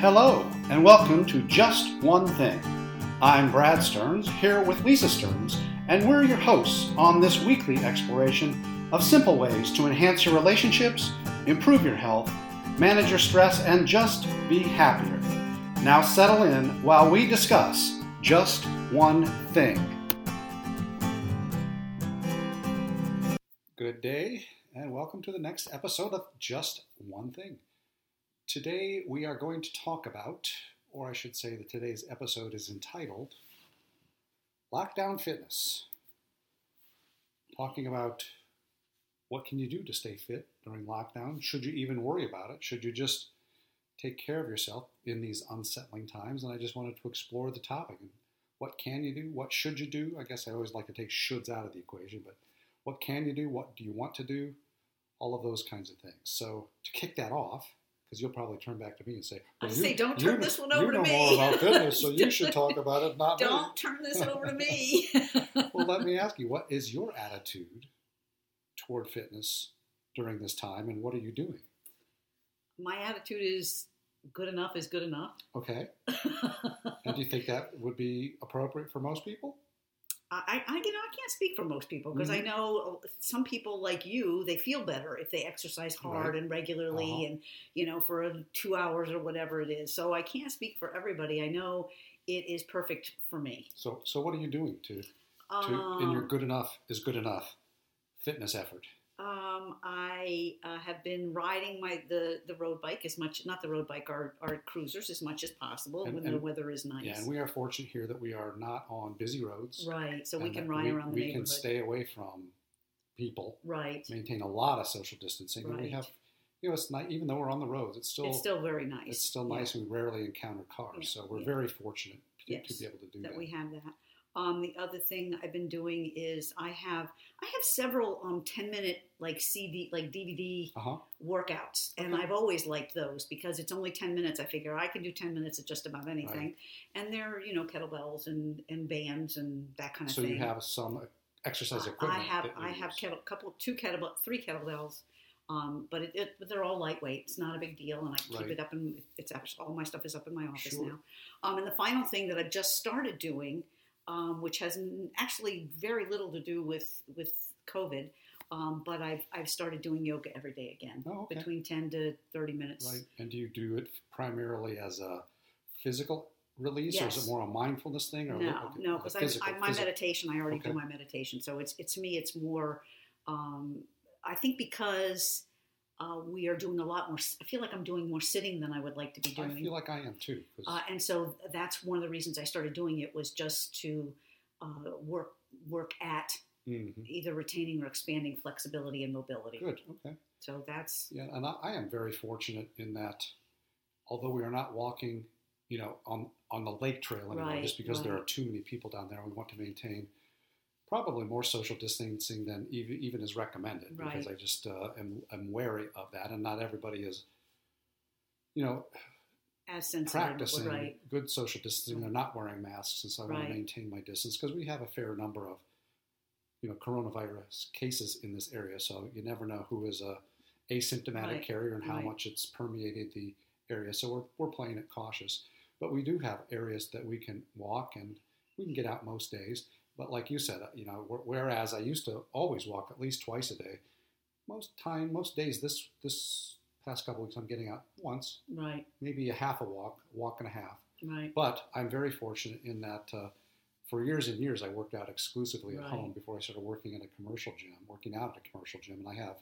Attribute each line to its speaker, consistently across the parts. Speaker 1: Hello, and welcome to Just One Thing. I'm Brad Stearns, here with Lisa Stearns, and we're your hosts on this weekly exploration of simple ways to enhance your relationships, improve your health, manage your stress, and just be happier. Now settle in while we discuss Just One Thing. Good day, and welcome to the next episode of Just One Thing. Today we are going to talk about, or I should say that today's episode is entitled Lockdown Fitness. Talking about what can you do to stay fit during lockdown? Should you even worry about it? Should you just take care of yourself in these unsettling times? And I just wanted to explore the topic. What can you do? What should you do? I guess I always like to take shoulds out of the equation, but what can you do? What do you want to do? All of those kinds of things. So to kick that off, because you'll probably turn back to me and say,
Speaker 2: I
Speaker 1: "Well,
Speaker 2: say, "Don't turn this one over
Speaker 1: you
Speaker 2: to
Speaker 1: know
Speaker 2: me."
Speaker 1: more about fitness, so you should talk about it, not me."
Speaker 2: Don't turn this over to me.
Speaker 1: well, let me ask you, what is your attitude toward fitness during this time, and what are you doing?
Speaker 2: My attitude is good enough is good enough.
Speaker 1: Okay,
Speaker 2: I,
Speaker 1: and do you think that would be appropriate for most people?
Speaker 2: I, I- you know, I can't speak for most people because
Speaker 1: Mhm.
Speaker 2: I know some people like you, they feel better if they exercise hard and regularly
Speaker 1: Uh-huh.
Speaker 2: and, you know, for a- two hours or whatever it is. So I can't speak for everybody. I know it is perfect for me.
Speaker 1: So, so what are you doing to, to in
Speaker 2: Um,
Speaker 1: your good enough is good enough fitness effort?
Speaker 2: Um, I uh, have been riding my the, the road bike as much, not the road bike, our, our cruisers as much as possible
Speaker 1: And-
Speaker 2: when the
Speaker 1: and-
Speaker 2: weather is nice.
Speaker 1: Yeah, and we are fortunate here that we are not on busy roads,
Speaker 2: Right, so we
Speaker 1: and
Speaker 2: can
Speaker 1: that
Speaker 2: ride around the
Speaker 1: we
Speaker 2: neighborhood.
Speaker 1: can stay away from people,
Speaker 2: Right,
Speaker 1: maintain a lot of social distancing, and we
Speaker 2: Right.
Speaker 1: have. You know, it's not even though we're on the roads, it's still
Speaker 2: it's still very nice.
Speaker 1: It's still
Speaker 2: yeah,
Speaker 1: nice. We rarely encounter cars,
Speaker 2: Yeah,
Speaker 1: so we're
Speaker 2: yeah.
Speaker 1: very fortunate to, to
Speaker 2: Yes,
Speaker 1: be able to do that.
Speaker 2: that we have that. Um, the other thing I've been doing is I have I have several um ten minute like CD like DVD
Speaker 1: uh huh.
Speaker 2: workouts, and
Speaker 1: Okay.
Speaker 2: I've always liked those because it's only ten minutes. I figure I can do ten minutes of just about anything, and they're you know kettlebells and and bands and that kind of
Speaker 1: So
Speaker 2: thing.
Speaker 1: you have some e, exercise
Speaker 2: I
Speaker 1: equipment.
Speaker 2: have
Speaker 1: that you
Speaker 2: I have
Speaker 1: use.
Speaker 2: kettle couple two kettlebell three kettlebells, um, but it, it but they're all lightweight. It's not a big deal, and I keep
Speaker 1: Right.
Speaker 2: it up in it's actually all my stuff is up in my office
Speaker 1: Sure.
Speaker 2: now. Um, and the final thing that I've just started doing, um, which has n- actually very little to do with with COVID, um, but I've I've started doing yoga every day again,
Speaker 1: Oh, okay.
Speaker 2: between ten to thirty minutes.
Speaker 1: right. And do you do it primarily as a physical release, or is
Speaker 2: Yes.
Speaker 1: it more a mindfulness thing? Or
Speaker 2: No,
Speaker 1: okay,
Speaker 2: no,
Speaker 1: okay,
Speaker 2: because I,
Speaker 1: physical,
Speaker 2: I, my
Speaker 1: physical.
Speaker 2: meditation, I already
Speaker 1: Okay.
Speaker 2: do my meditation. So it's, it's me, it's more, um, I think because uh, we are doing a lot more, I feel like I'm doing more sitting than I would like to be
Speaker 1: I
Speaker 2: doing.
Speaker 1: feel like I am too. 'cause-
Speaker 2: uh, and so that's one of the reasons I started doing it was just to uh, work, work at
Speaker 1: Mhm.
Speaker 2: either retaining or expanding flexibility and mobility.
Speaker 1: Good. Okay.
Speaker 2: So that's,
Speaker 1: Yeah, and I, I am very fortunate in that, although we are not walking, you know, on on the lake trail anymore,
Speaker 2: Right,
Speaker 1: just because there
Speaker 2: right.
Speaker 1: are too many people down there, we want to maintain probably more social distancing than even, even is recommended. Because
Speaker 2: Right.
Speaker 1: I just uh, am, am wary of that, and not everybody is, you know,
Speaker 2: as sensitive,
Speaker 1: practicing
Speaker 2: right?
Speaker 1: good social distancing. They're not wearing masks, and so I want
Speaker 2: Right.
Speaker 1: to maintain my distance because we have a fair number of, you know, coronavirus cases in this area. So you never know who is a asymptomatic
Speaker 2: Right,
Speaker 1: carrier and how
Speaker 2: right.
Speaker 1: much it's permeated the area. So we're we're playing it cautious, but we do have areas that we can walk and we can get out most days. But like you said, uh, you know, wh- whereas I used to always walk at least twice a day, most time, most days this this past couple weeks I'm getting out once
Speaker 2: Right,
Speaker 1: maybe a half a walk, walk and a half.
Speaker 2: right,
Speaker 1: But I'm very fortunate in that uh, for years and years I worked out exclusively at
Speaker 2: Right.
Speaker 1: home before I started working in a commercial gym, working out at a commercial gym, and I have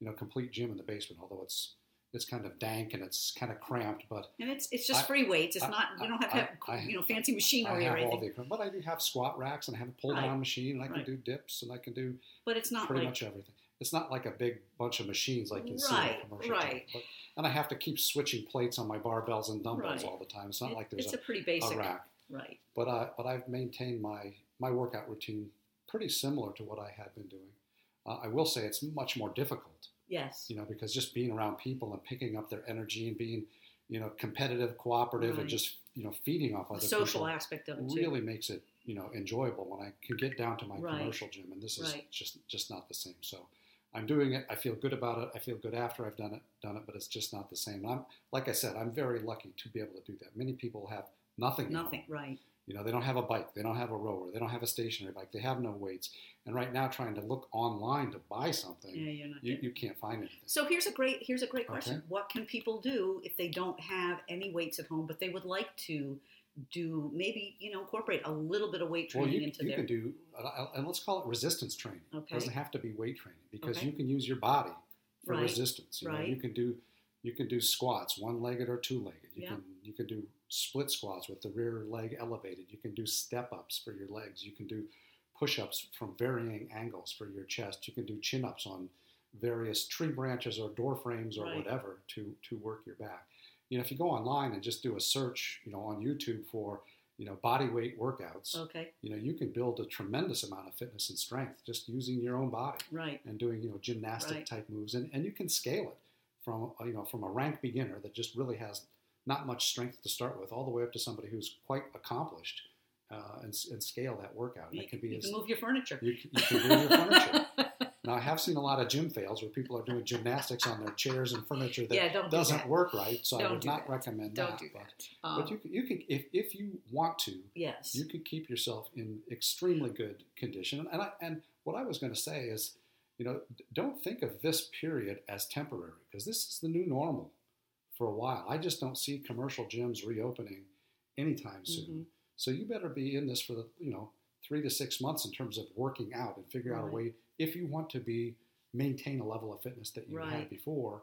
Speaker 1: you know complete gym in the basement, although it's it's kind of dank and it's kind of cramped, but
Speaker 2: and it's it's just
Speaker 1: I-
Speaker 2: free weights. It's
Speaker 1: I-
Speaker 2: not we don't have to
Speaker 1: I-
Speaker 2: have
Speaker 1: I-
Speaker 2: you know fancy
Speaker 1: I
Speaker 2: machinery or
Speaker 1: have all
Speaker 2: anything.
Speaker 1: the equipment. But I do have squat racks and I have a pull down
Speaker 2: Right.
Speaker 1: machine and I can
Speaker 2: Right.
Speaker 1: do dips and I can do
Speaker 2: but it's not
Speaker 1: pretty
Speaker 2: like
Speaker 1: much everything. It's not like a big bunch of machines like you see in a
Speaker 2: Right,
Speaker 1: commercial gym.
Speaker 2: right.
Speaker 1: But, and I have to keep switching plates on my barbells and dumbbells
Speaker 2: Right.
Speaker 1: all the time. It's not
Speaker 2: it-
Speaker 1: like there's
Speaker 2: it's
Speaker 1: a,
Speaker 2: a pretty basic
Speaker 1: a rack.
Speaker 2: right.
Speaker 1: but I but I've maintained my my workout routine pretty similar to what I had been doing. Uh, I will say it's much more difficult,
Speaker 2: Yes.
Speaker 1: you know, because just being around people and picking up their energy and being, you know, competitive, cooperative, and
Speaker 2: Right.
Speaker 1: just you know feeding off
Speaker 2: The
Speaker 1: other
Speaker 2: social
Speaker 1: people
Speaker 2: aspect of it too.
Speaker 1: really makes it you know enjoyable when I can get down to my
Speaker 2: Right.
Speaker 1: commercial gym, and this is
Speaker 2: Right.
Speaker 1: just just not the same. So I'm doing it. I feel good about it. I feel good after I've done it, done it, but it's just not the same. And I'm like I said, I'm very lucky to be able to do that. Many people have nothing. at
Speaker 2: Nothing,
Speaker 1: home.
Speaker 2: right?
Speaker 1: You know, they don't have a bike, they don't have a rower, they don't have a stationary bike, they have no weights. And right now, trying to look online to buy something,
Speaker 2: Yeah, you're not.
Speaker 1: you,
Speaker 2: getting-
Speaker 1: you can't find anything.
Speaker 2: So here's a great here's a great
Speaker 1: Okay.
Speaker 2: question. What can people do if they don't have any weights at home, but they would like to do maybe you know incorporate a little bit of weight
Speaker 1: Well,
Speaker 2: training
Speaker 1: you,
Speaker 2: into
Speaker 1: you
Speaker 2: their
Speaker 1: can do, uh, and let's call it resistance training.
Speaker 2: Okay.
Speaker 1: It doesn't have to be weight training because
Speaker 2: Okay.
Speaker 1: you can use your body for
Speaker 2: Right.
Speaker 1: resistance. You, know, you
Speaker 2: Right.
Speaker 1: can do you can do squats, one legged or two legged. You
Speaker 2: Yeah.
Speaker 1: can you can do split squats with the rear leg elevated. You can do step ups for your legs. You can do push ups from varying angles for your chest. You can do chin ups on various tree branches or door frames or
Speaker 2: Right.
Speaker 1: whatever to to work your back. You know, if you go online and just do a search, you know, on YouTube for you know body weight workouts
Speaker 2: okay,
Speaker 1: you know you can build a tremendous amount of fitness and strength just using your own body
Speaker 2: right,
Speaker 1: and doing you know gymnastic
Speaker 2: Right.
Speaker 1: type moves and, and you can scale it from uh, you know from a rank beginner that just really has not much strength to start with all the way up to somebody who's quite accomplished uh, and, s- and scale that workout and
Speaker 2: you,
Speaker 1: it can be
Speaker 2: you
Speaker 1: as,
Speaker 2: can move your furniture.
Speaker 1: you, c- you can do your furniture now i have seen a lot of gym fails where people are doing gymnastics on their chairs and furniture that
Speaker 2: yeah, don't do
Speaker 1: doesn't
Speaker 2: that.
Speaker 1: work right so i
Speaker 2: Don't
Speaker 1: would
Speaker 2: do
Speaker 1: not
Speaker 2: that.
Speaker 1: recommend
Speaker 2: Don't
Speaker 1: that,
Speaker 2: do
Speaker 1: but,
Speaker 2: that.
Speaker 1: but
Speaker 2: Um,
Speaker 1: you, c- you can if, if you want to
Speaker 2: yes,
Speaker 1: you could keep yourself in extremely good condition. And I, and what I was going to say is, you know, d- don't think of this period as temporary because this is the new normal for a while. I just don't see commercial gyms reopening anytime soon.
Speaker 2: Mhm.
Speaker 1: So you better be in this for the you know three to six months in terms of working out and figure out a
Speaker 2: Right.
Speaker 1: way if you want to be maintain a level of fitness that you had
Speaker 2: Right.
Speaker 1: before.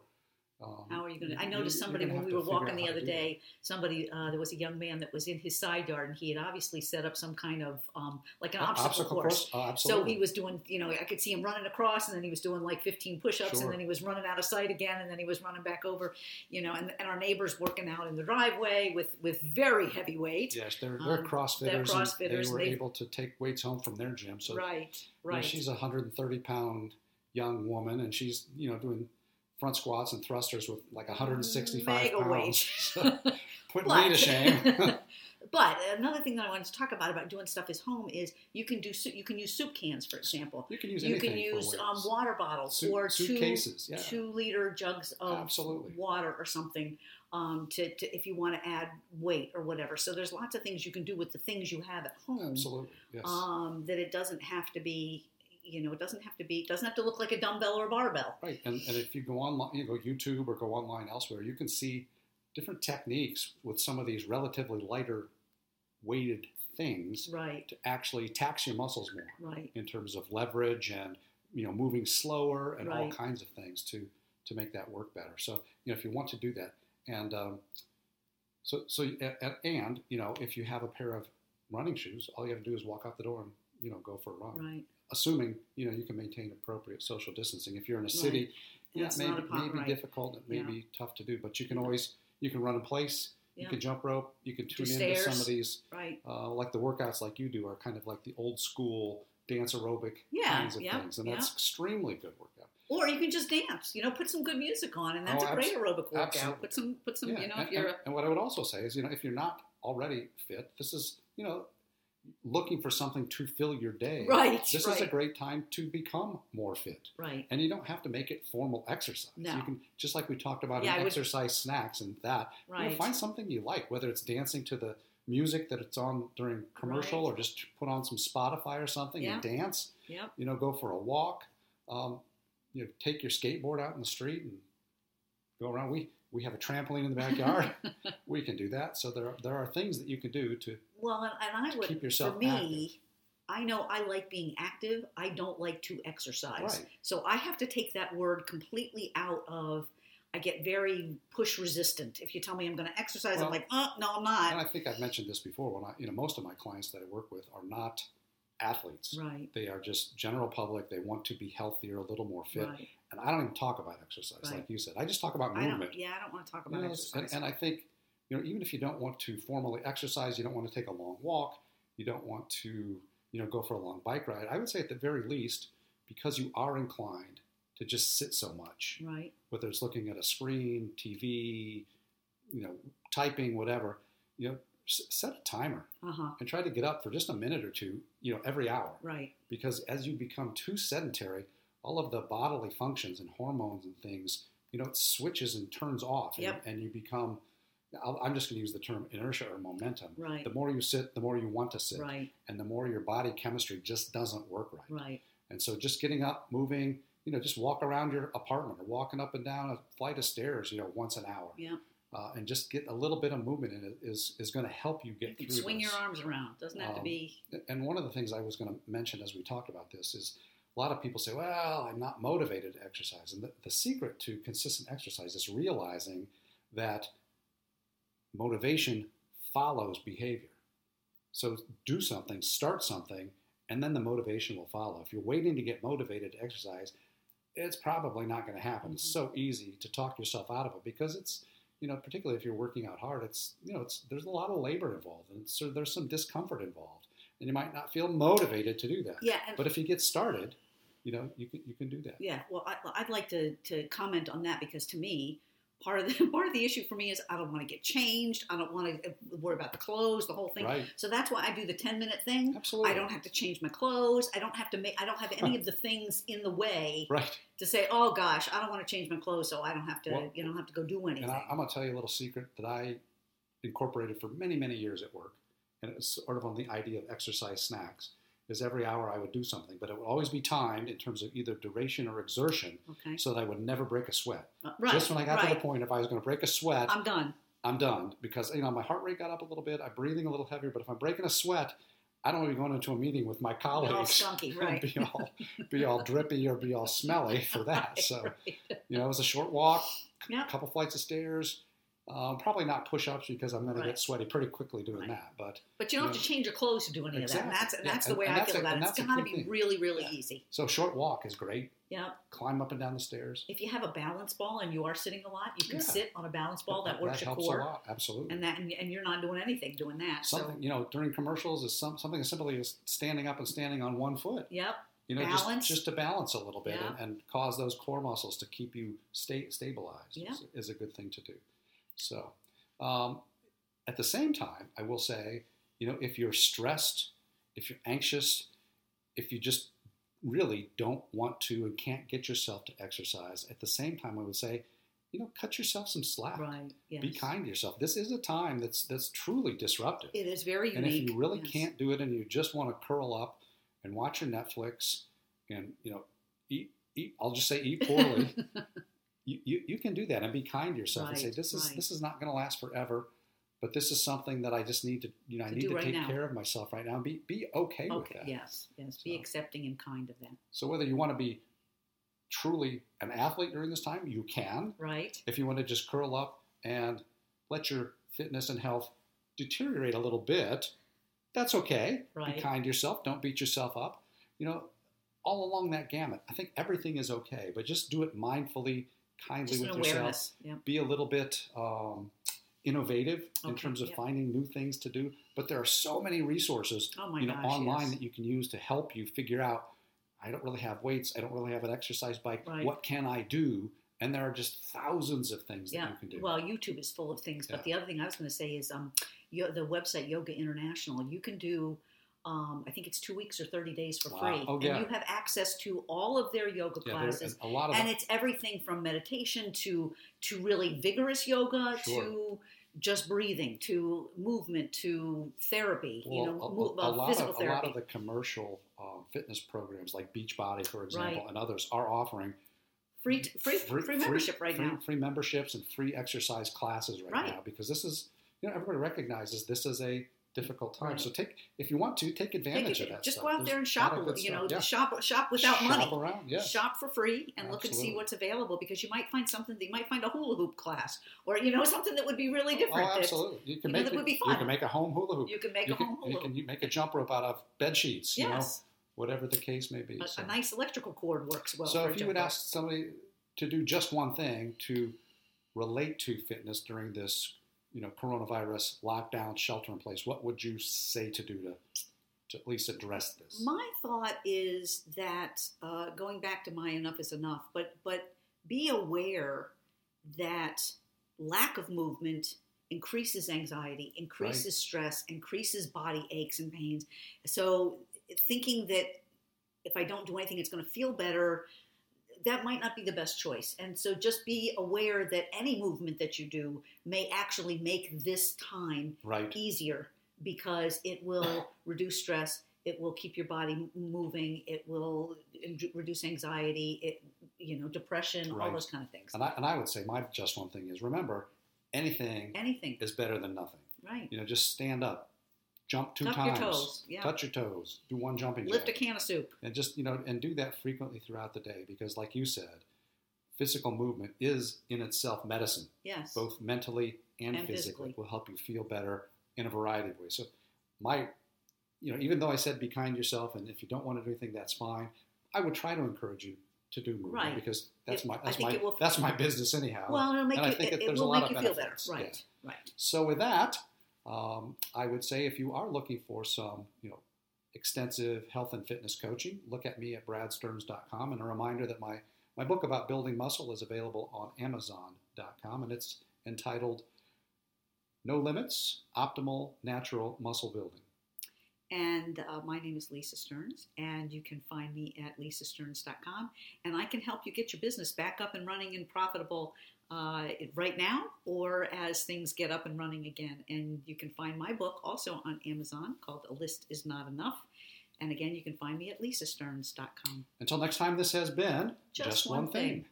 Speaker 1: Um,
Speaker 2: How are you going
Speaker 1: you-
Speaker 2: to? I noticed
Speaker 1: you're
Speaker 2: somebody
Speaker 1: gonna have
Speaker 2: when we
Speaker 1: to
Speaker 2: were
Speaker 1: figure
Speaker 2: walking
Speaker 1: out
Speaker 2: the
Speaker 1: how to
Speaker 2: other
Speaker 1: do that.
Speaker 2: day. Somebody uh, there was a young man that was in his side yard, and he had obviously set up some kind of um, like an
Speaker 1: Uh,
Speaker 2: obstacle, course.
Speaker 1: Oh,
Speaker 2: So
Speaker 1: absolutely.
Speaker 2: he was doing, you know, I could see him running across, and then he was doing like 15 push-ups,
Speaker 1: Sure.
Speaker 2: and then he was running out of sight again, and then he was running back over, you know, and, and our neighbors working out in the driveway with with very heavy weight.
Speaker 1: Yes, they're, they're
Speaker 2: Um,
Speaker 1: CrossFitters.
Speaker 2: they're
Speaker 1: and
Speaker 2: CrossFitters,
Speaker 1: they were
Speaker 2: they-
Speaker 1: able to take weights home from their gym. So
Speaker 2: right,
Speaker 1: you know,
Speaker 2: right.
Speaker 1: she's a 130 pound young woman, and she's you know doing front squats and thrusters with like 165
Speaker 2: Mega
Speaker 1: pounds.
Speaker 2: weight.
Speaker 1: So, put me to shame.
Speaker 2: but another thing that I wanted to talk about about doing stuff at home is you can do soup, you can use soup cans, for example.
Speaker 1: you can use
Speaker 2: You
Speaker 1: anything
Speaker 2: can use
Speaker 1: for
Speaker 2: um,
Speaker 1: weights.
Speaker 2: water bottles
Speaker 1: Suit-
Speaker 2: or two
Speaker 1: suitcases. Yeah,
Speaker 2: two liter jugs of
Speaker 1: Absolutely.
Speaker 2: water or something um, to, to if you want to add weight or whatever. So there's lots of things you can do with the things you have at home.
Speaker 1: absolutely. Yes.
Speaker 2: Um, that it doesn't have to be, you know, it doesn't have to be, it doesn't have to look like a dumbbell or a barbell.
Speaker 1: Right, and, and if you go online, you go YouTube or go online elsewhere, you can see different techniques with some of these relatively lighter weighted things
Speaker 2: Right,
Speaker 1: to actually tax your muscles more.
Speaker 2: right.
Speaker 1: in terms of leverage and you know moving slower and all
Speaker 2: Right.
Speaker 1: kinds of things to to make that work better. So you know if you want to do that and um, so so and, and you know if you have a pair of running shoes, all you have to do is walk out the door and you know go for a run.
Speaker 2: Right.
Speaker 1: Assuming you know you can maintain appropriate social distancing. If you're in a city, yeah,
Speaker 2: That's
Speaker 1: it may,
Speaker 2: not
Speaker 1: be,
Speaker 2: a
Speaker 1: may
Speaker 2: problem,
Speaker 1: be
Speaker 2: right.
Speaker 1: difficult. It may
Speaker 2: Yeah.
Speaker 1: be tough to do, but you can always you can run in place. You
Speaker 2: Yeah.
Speaker 1: can jump rope. You can
Speaker 2: Do
Speaker 1: tune into some
Speaker 2: stairs.
Speaker 1: of these
Speaker 2: Right.
Speaker 1: uh, like the workouts like you do are kind of like the old school dance aerobic
Speaker 2: Yeah,
Speaker 1: kinds of
Speaker 2: yeah,
Speaker 1: things, and that's
Speaker 2: yeah.
Speaker 1: extremely good workout.
Speaker 2: Or you can just dance. You know, put some good music on, and that's
Speaker 1: Oh,
Speaker 2: a great
Speaker 1: abso-
Speaker 2: aerobic workout.
Speaker 1: absolutely.
Speaker 2: Put some, put some.
Speaker 1: Yeah,
Speaker 2: You know,
Speaker 1: and,
Speaker 2: if you're
Speaker 1: and- and what I would also say is, you know, if you're not already fit, this is you know looking for something to fill your day.
Speaker 2: a, right,
Speaker 1: This
Speaker 2: right,
Speaker 1: is a great time to become more fit,
Speaker 2: right.
Speaker 1: and you don't have to make it formal exercise.
Speaker 2: No.
Speaker 1: You can just like we talked about
Speaker 2: Yeah, I
Speaker 1: in
Speaker 2: would-
Speaker 1: exercise snacks and that. you know,
Speaker 2: Right.
Speaker 1: find something you like, whether it's dancing to the music that it's on during commercial,
Speaker 2: Right.
Speaker 1: or just put on some Spotify or something and dance.
Speaker 2: Yep.
Speaker 1: you know, go for a walk, um, you know, take your skateboard out in the street and go around. We we have a trampoline in the backyard. we can do that. So there are, there are things that you can do to
Speaker 2: Well, and, and I would
Speaker 1: keep yourself
Speaker 2: for me. I know I like being active. I don't like to exercise.
Speaker 1: Right.
Speaker 2: So I have to take that word completely out of. I get very push resistant. If you tell me I'm going to exercise,
Speaker 1: Well,
Speaker 2: I'm like, oh no, I'm
Speaker 1: and
Speaker 2: not.
Speaker 1: I think I've mentioned this before. When I you know most of my clients that I work with are not athletes.
Speaker 2: Right.
Speaker 1: They are just general public. They want to be healthier, a little more fit.
Speaker 2: Right.
Speaker 1: And I don't even talk about exercise,
Speaker 2: Right.
Speaker 1: like you said. I just talk about
Speaker 2: I
Speaker 1: movement.
Speaker 2: don't. Yeah, I don't want to talk
Speaker 1: You
Speaker 2: about
Speaker 1: know, it's- and,
Speaker 2: exercise.
Speaker 1: and I think, you know, even if you don't want to formally exercise, you don't want to take a long walk, you don't want to, you know, go for a long bike ride. I would say at the very least, because you are inclined to just sit so much,
Speaker 2: right.
Speaker 1: whether it's looking at a screen, TV, you know, typing, whatever, you know, s- set a timer
Speaker 2: Uh huh.
Speaker 1: and try to get up for just a minute or two, you know, every hour.
Speaker 2: Right.
Speaker 1: Because as you become too sedentary, all of the bodily functions and hormones and things, you know, it switches and turns off, and-
Speaker 2: Yep.
Speaker 1: and, you become. I'll, I'm just going to use the term inertia or momentum.
Speaker 2: Right.
Speaker 1: The more you sit, the more you want to sit,
Speaker 2: Right,
Speaker 1: and the more your body chemistry just doesn't work right.
Speaker 2: right,
Speaker 1: And so, just getting up, moving, you know, just walk around your apartment or walking up and down a flight of stairs, you know, once an hour,
Speaker 2: yeah.
Speaker 1: uh, and just get a little bit of movement in it is is going to help you
Speaker 2: You
Speaker 1: get
Speaker 2: can
Speaker 1: through.
Speaker 2: swing your
Speaker 1: this.
Speaker 2: arms around. Doesn't have to
Speaker 1: Um,
Speaker 2: be
Speaker 1: And one of the things I was going to mention as we talked about this is a lot of people say, well, I'm not motivated to exercise. And the, the secret to consistent exercise is realizing that motivation follows behavior. So do something, start something, and then the motivation will follow. If you're waiting to get motivated to exercise, it's probably not going to happen. It's
Speaker 2: Mhm.
Speaker 1: so easy to talk yourself out of it because it's, you know, particularly if you're working out hard, it's, you know, it's there's a lot of labor involved and so there's some discomfort involved, and you might not feel motivated to do that.
Speaker 2: yeah. And
Speaker 1: But if you get started, you know, you can you can do that.
Speaker 2: Yeah, well, I, I'd like to, to comment on that because to me, part of the part of the issue for me is I don't want to get changed. I don't want to worry about the clothes, the whole thing.
Speaker 1: Right?
Speaker 2: So that's why I do the ten minute thing.
Speaker 1: Absolutely.
Speaker 2: I don't have to change my clothes. I don't have to make. I don't have any of the things in the way
Speaker 1: Right.
Speaker 2: to say, oh gosh, I don't want to change my clothes, so I don't have to.
Speaker 1: Well-
Speaker 2: you don't have to go do anything.
Speaker 1: And I, I'm going to tell you a little secret that I incorporated for many, many years at work. And it was sort of on the idea of exercise snacks, is every hour I would do something, but it would always be timed in terms of either duration or exertion
Speaker 2: okay.
Speaker 1: so that I would never break a sweat.
Speaker 2: Uh, right.
Speaker 1: Just when I got
Speaker 2: right.
Speaker 1: to the point, if I was going to break a sweat, I'm,
Speaker 2: I'm done.
Speaker 1: done because, you know, my heart rate got up a little bit, I'm breathing a little heavier, but if I'm breaking a sweat, I don't want to be going into a meeting with my
Speaker 2: All
Speaker 1: colleagues.
Speaker 2: skunky,
Speaker 1: and
Speaker 2: right?
Speaker 1: be all be all drippy or be all smelly for that.
Speaker 2: Right,
Speaker 1: So
Speaker 2: right.
Speaker 1: you know, it was a short walk,
Speaker 2: Yeah.
Speaker 1: a couple flights of stairs. Um, probably not push-ups because I'm going
Speaker 2: Right.
Speaker 1: to get sweaty pretty quickly doing
Speaker 2: Right.
Speaker 1: that. But
Speaker 2: But you don't have to
Speaker 1: Yeah.
Speaker 2: change your clothes to do any of that.
Speaker 1: Exactly.
Speaker 2: And that's
Speaker 1: Yeah,
Speaker 2: that's the
Speaker 1: and-
Speaker 2: way
Speaker 1: and
Speaker 2: I
Speaker 1: that's
Speaker 2: feel
Speaker 1: a-
Speaker 2: about
Speaker 1: and
Speaker 2: it. It's
Speaker 1: that's a
Speaker 2: got to
Speaker 1: key
Speaker 2: be
Speaker 1: thing.
Speaker 2: really, really
Speaker 1: Yeah.
Speaker 2: easy.
Speaker 1: so short walk is great.
Speaker 2: Yeah.
Speaker 1: Climb up and down the stairs.
Speaker 2: if you have a balance ball and you are sitting a lot, you can
Speaker 1: Yeah.
Speaker 2: sit on a balance ball that works your
Speaker 1: helps a
Speaker 2: core,
Speaker 1: lot. Absolutely.
Speaker 2: and that and, and you're not doing anything doing that.
Speaker 1: something you know during commercials is some, something as simply as standing up and standing on one foot.
Speaker 2: So, yep,
Speaker 1: You know,
Speaker 2: Balance.
Speaker 1: just just to balance a little bit
Speaker 2: Yeah.
Speaker 1: and, and cause those core muscles to keep you sta- stabilized
Speaker 2: Yeah.
Speaker 1: is, is a good thing to do. So, um, at the same time, I will say, you know, if you're stressed, if you're anxious, if you just really don't want to and can't get yourself to exercise, at the same time, I would say, you know, cut yourself some slack.
Speaker 2: right. Yes.
Speaker 1: Ah, Be kind to yourself. This is a time that's that's truly disruptive.
Speaker 2: It is very
Speaker 1: And
Speaker 2: unique.
Speaker 1: if you really
Speaker 2: Yes.
Speaker 1: can't do it and you just want to curl up and watch your Netflix and, you know, eat, eat I'll just say eat poorly, you, you, you can do that and be kind to yourself and say,
Speaker 2: Right,
Speaker 1: this is,
Speaker 2: right.
Speaker 1: this is not going to last forever, but this is something that I just need to, you know, I
Speaker 2: To
Speaker 1: need
Speaker 2: do
Speaker 1: to
Speaker 2: right
Speaker 1: take
Speaker 2: now.
Speaker 1: care of myself right now and be, be okay, with
Speaker 2: okay.
Speaker 1: that.
Speaker 2: Yes. Yes. Be
Speaker 1: So.
Speaker 2: accepting and kind of that.
Speaker 1: So whether you want to be truly an athlete during this time, you can.
Speaker 2: Right.
Speaker 1: If you want to just curl up and let your fitness and health deteriorate a little bit, that's okay
Speaker 2: Right.
Speaker 1: be kind to yourself don't beat yourself up you know all along that gamut i think everything is okay but just do it mindfully kindly
Speaker 2: Just an
Speaker 1: with yourself
Speaker 2: awareness. Yep.
Speaker 1: be a little bit um, innovative in
Speaker 2: Okay,
Speaker 1: terms of
Speaker 2: yeah.
Speaker 1: finding new things to do but there are so many resources
Speaker 2: Oh my
Speaker 1: you know
Speaker 2: gosh.
Speaker 1: online
Speaker 2: yes.
Speaker 1: that you can use to help you figure out i don't really have weights i don't really have an exercise bike
Speaker 2: Right.
Speaker 1: what can i do and there are just thousands of things
Speaker 2: Yeah.
Speaker 1: that you can do
Speaker 2: Well, YouTube is full of things, but
Speaker 1: Yeah.
Speaker 2: the other thing I was going to say is um, yo the website Yoga International. You can do, um, I think it's two weeks or thirty days for
Speaker 1: Wow.
Speaker 2: free,
Speaker 1: Oh,
Speaker 2: and
Speaker 1: yeah.
Speaker 2: you have access to all of their yoga
Speaker 1: yeah, there-
Speaker 2: classes.
Speaker 1: and a lot of
Speaker 2: and it's everything from meditation to to really vigorous yoga
Speaker 1: Sure.
Speaker 2: to just breathing to movement to therapy you know move,
Speaker 1: a, a- a
Speaker 2: uh,
Speaker 1: lot
Speaker 2: physical
Speaker 1: of, a lot
Speaker 2: therapy
Speaker 1: of the commercial um, fitness programs, like Beachbody, for example,
Speaker 2: Right.
Speaker 1: and others, are offering
Speaker 2: free, t- free free membership right
Speaker 1: free-
Speaker 2: now
Speaker 1: free memberships and free exercise classes right,
Speaker 2: Right.
Speaker 1: now because this is you know everybody recognizes this is a difficult time.
Speaker 2: Right.
Speaker 1: So take if you want to take
Speaker 2: Take
Speaker 1: advantage
Speaker 2: it-
Speaker 1: of that.
Speaker 2: just
Speaker 1: stuff.
Speaker 2: go out
Speaker 1: There's
Speaker 2: there and
Speaker 1: a lot
Speaker 2: shop
Speaker 1: of
Speaker 2: a
Speaker 1: good
Speaker 2: li- you
Speaker 1: stuff.
Speaker 2: know
Speaker 1: Yeah.
Speaker 2: shop shop without
Speaker 1: shop
Speaker 2: money
Speaker 1: around, yeah.
Speaker 2: Shop for free and look and see
Speaker 1: Absolutely.
Speaker 2: what's available because you might find something that you might find a hula hoop class or you know something that would be really different.
Speaker 1: Oh,
Speaker 2: that's-
Speaker 1: absolutely. You can
Speaker 2: you know,
Speaker 1: make
Speaker 2: that
Speaker 1: it-
Speaker 2: would be
Speaker 1: you
Speaker 2: fun.
Speaker 1: can make a home hula hoop.
Speaker 2: You can make
Speaker 1: You
Speaker 2: a
Speaker 1: can-
Speaker 2: home
Speaker 1: you
Speaker 2: hula hoop.
Speaker 1: can you make a jump rope out of bed sheets, you know,
Speaker 2: yes,
Speaker 1: whatever the case may be.
Speaker 2: a,
Speaker 1: So-
Speaker 2: a nice electrical cord works well.
Speaker 1: so
Speaker 2: for a
Speaker 1: if you
Speaker 2: jump
Speaker 1: would
Speaker 2: rope.
Speaker 1: ask somebody to do just one thing to relate to fitness during this you know coronavirus lockdown shelter in place what would you say to do to to at least address this
Speaker 2: My thought is that uh, going back to my enough is enough, but but be aware that lack of movement increases anxiety, increases stress, increases body aches and pains. So thinking that if I don't do anything, it's going to feel better. that might not be the best choice. And so just be aware that any movement that you do may actually make this time
Speaker 1: Right.
Speaker 2: easier because it will reduce stress, it will keep your body m- moving, it will in- reduce anxiety, it you know, depression, all
Speaker 1: Right.
Speaker 2: those kind of things.
Speaker 1: And I, and I would say my just one thing is remember, anything
Speaker 2: Anything,
Speaker 1: is better than nothing.
Speaker 2: right?
Speaker 1: You know, just stand up, jump two
Speaker 2: Tuck
Speaker 1: times,
Speaker 2: your toes, yeah.
Speaker 1: touch your toes, do one jumping
Speaker 2: Lift a
Speaker 1: jack,
Speaker 2: can of soup,
Speaker 1: and just you know, and do that frequently throughout the day because, like you said, physical movement is in itself medicine,
Speaker 2: yes.
Speaker 1: both mentally and,
Speaker 2: And
Speaker 1: physically.
Speaker 2: physically.
Speaker 1: Will help you feel better in a variety of ways. So, my, you know, even though I said be kind to yourself, and if you don't want to do anything, that's fine. I would try to encourage you to do movement
Speaker 2: Right.
Speaker 1: because that's
Speaker 2: It-
Speaker 1: my
Speaker 2: I
Speaker 1: that's
Speaker 2: think
Speaker 1: my
Speaker 2: it will-
Speaker 1: that's my business anyhow.
Speaker 2: Well, it'll make
Speaker 1: and I
Speaker 2: you,
Speaker 1: think
Speaker 2: it,
Speaker 1: that
Speaker 2: it
Speaker 1: there's a
Speaker 2: will
Speaker 1: lot
Speaker 2: make you
Speaker 1: of
Speaker 2: feel better,
Speaker 1: benefits,
Speaker 2: right? Right.
Speaker 1: So with that, um, I would say if you are looking for some, you know, extensive health and fitness coaching, look at me at bradsterns.com. And a reminder that my my book about building muscle is available on amazon.com, and it's entitled "No Limits: Optimal Natural Muscle Building."
Speaker 2: And uh, my name is Lisa Stearns, and you can find me at lisastearns.com. And I can help you get your business back up and running and profitable uh, right now or as things get up and running again. And you can find my book also on Amazon called A List Is Not Enough. And again, you can find me at lisastearns.com.
Speaker 1: Until next time, this has been
Speaker 2: Just One Thing.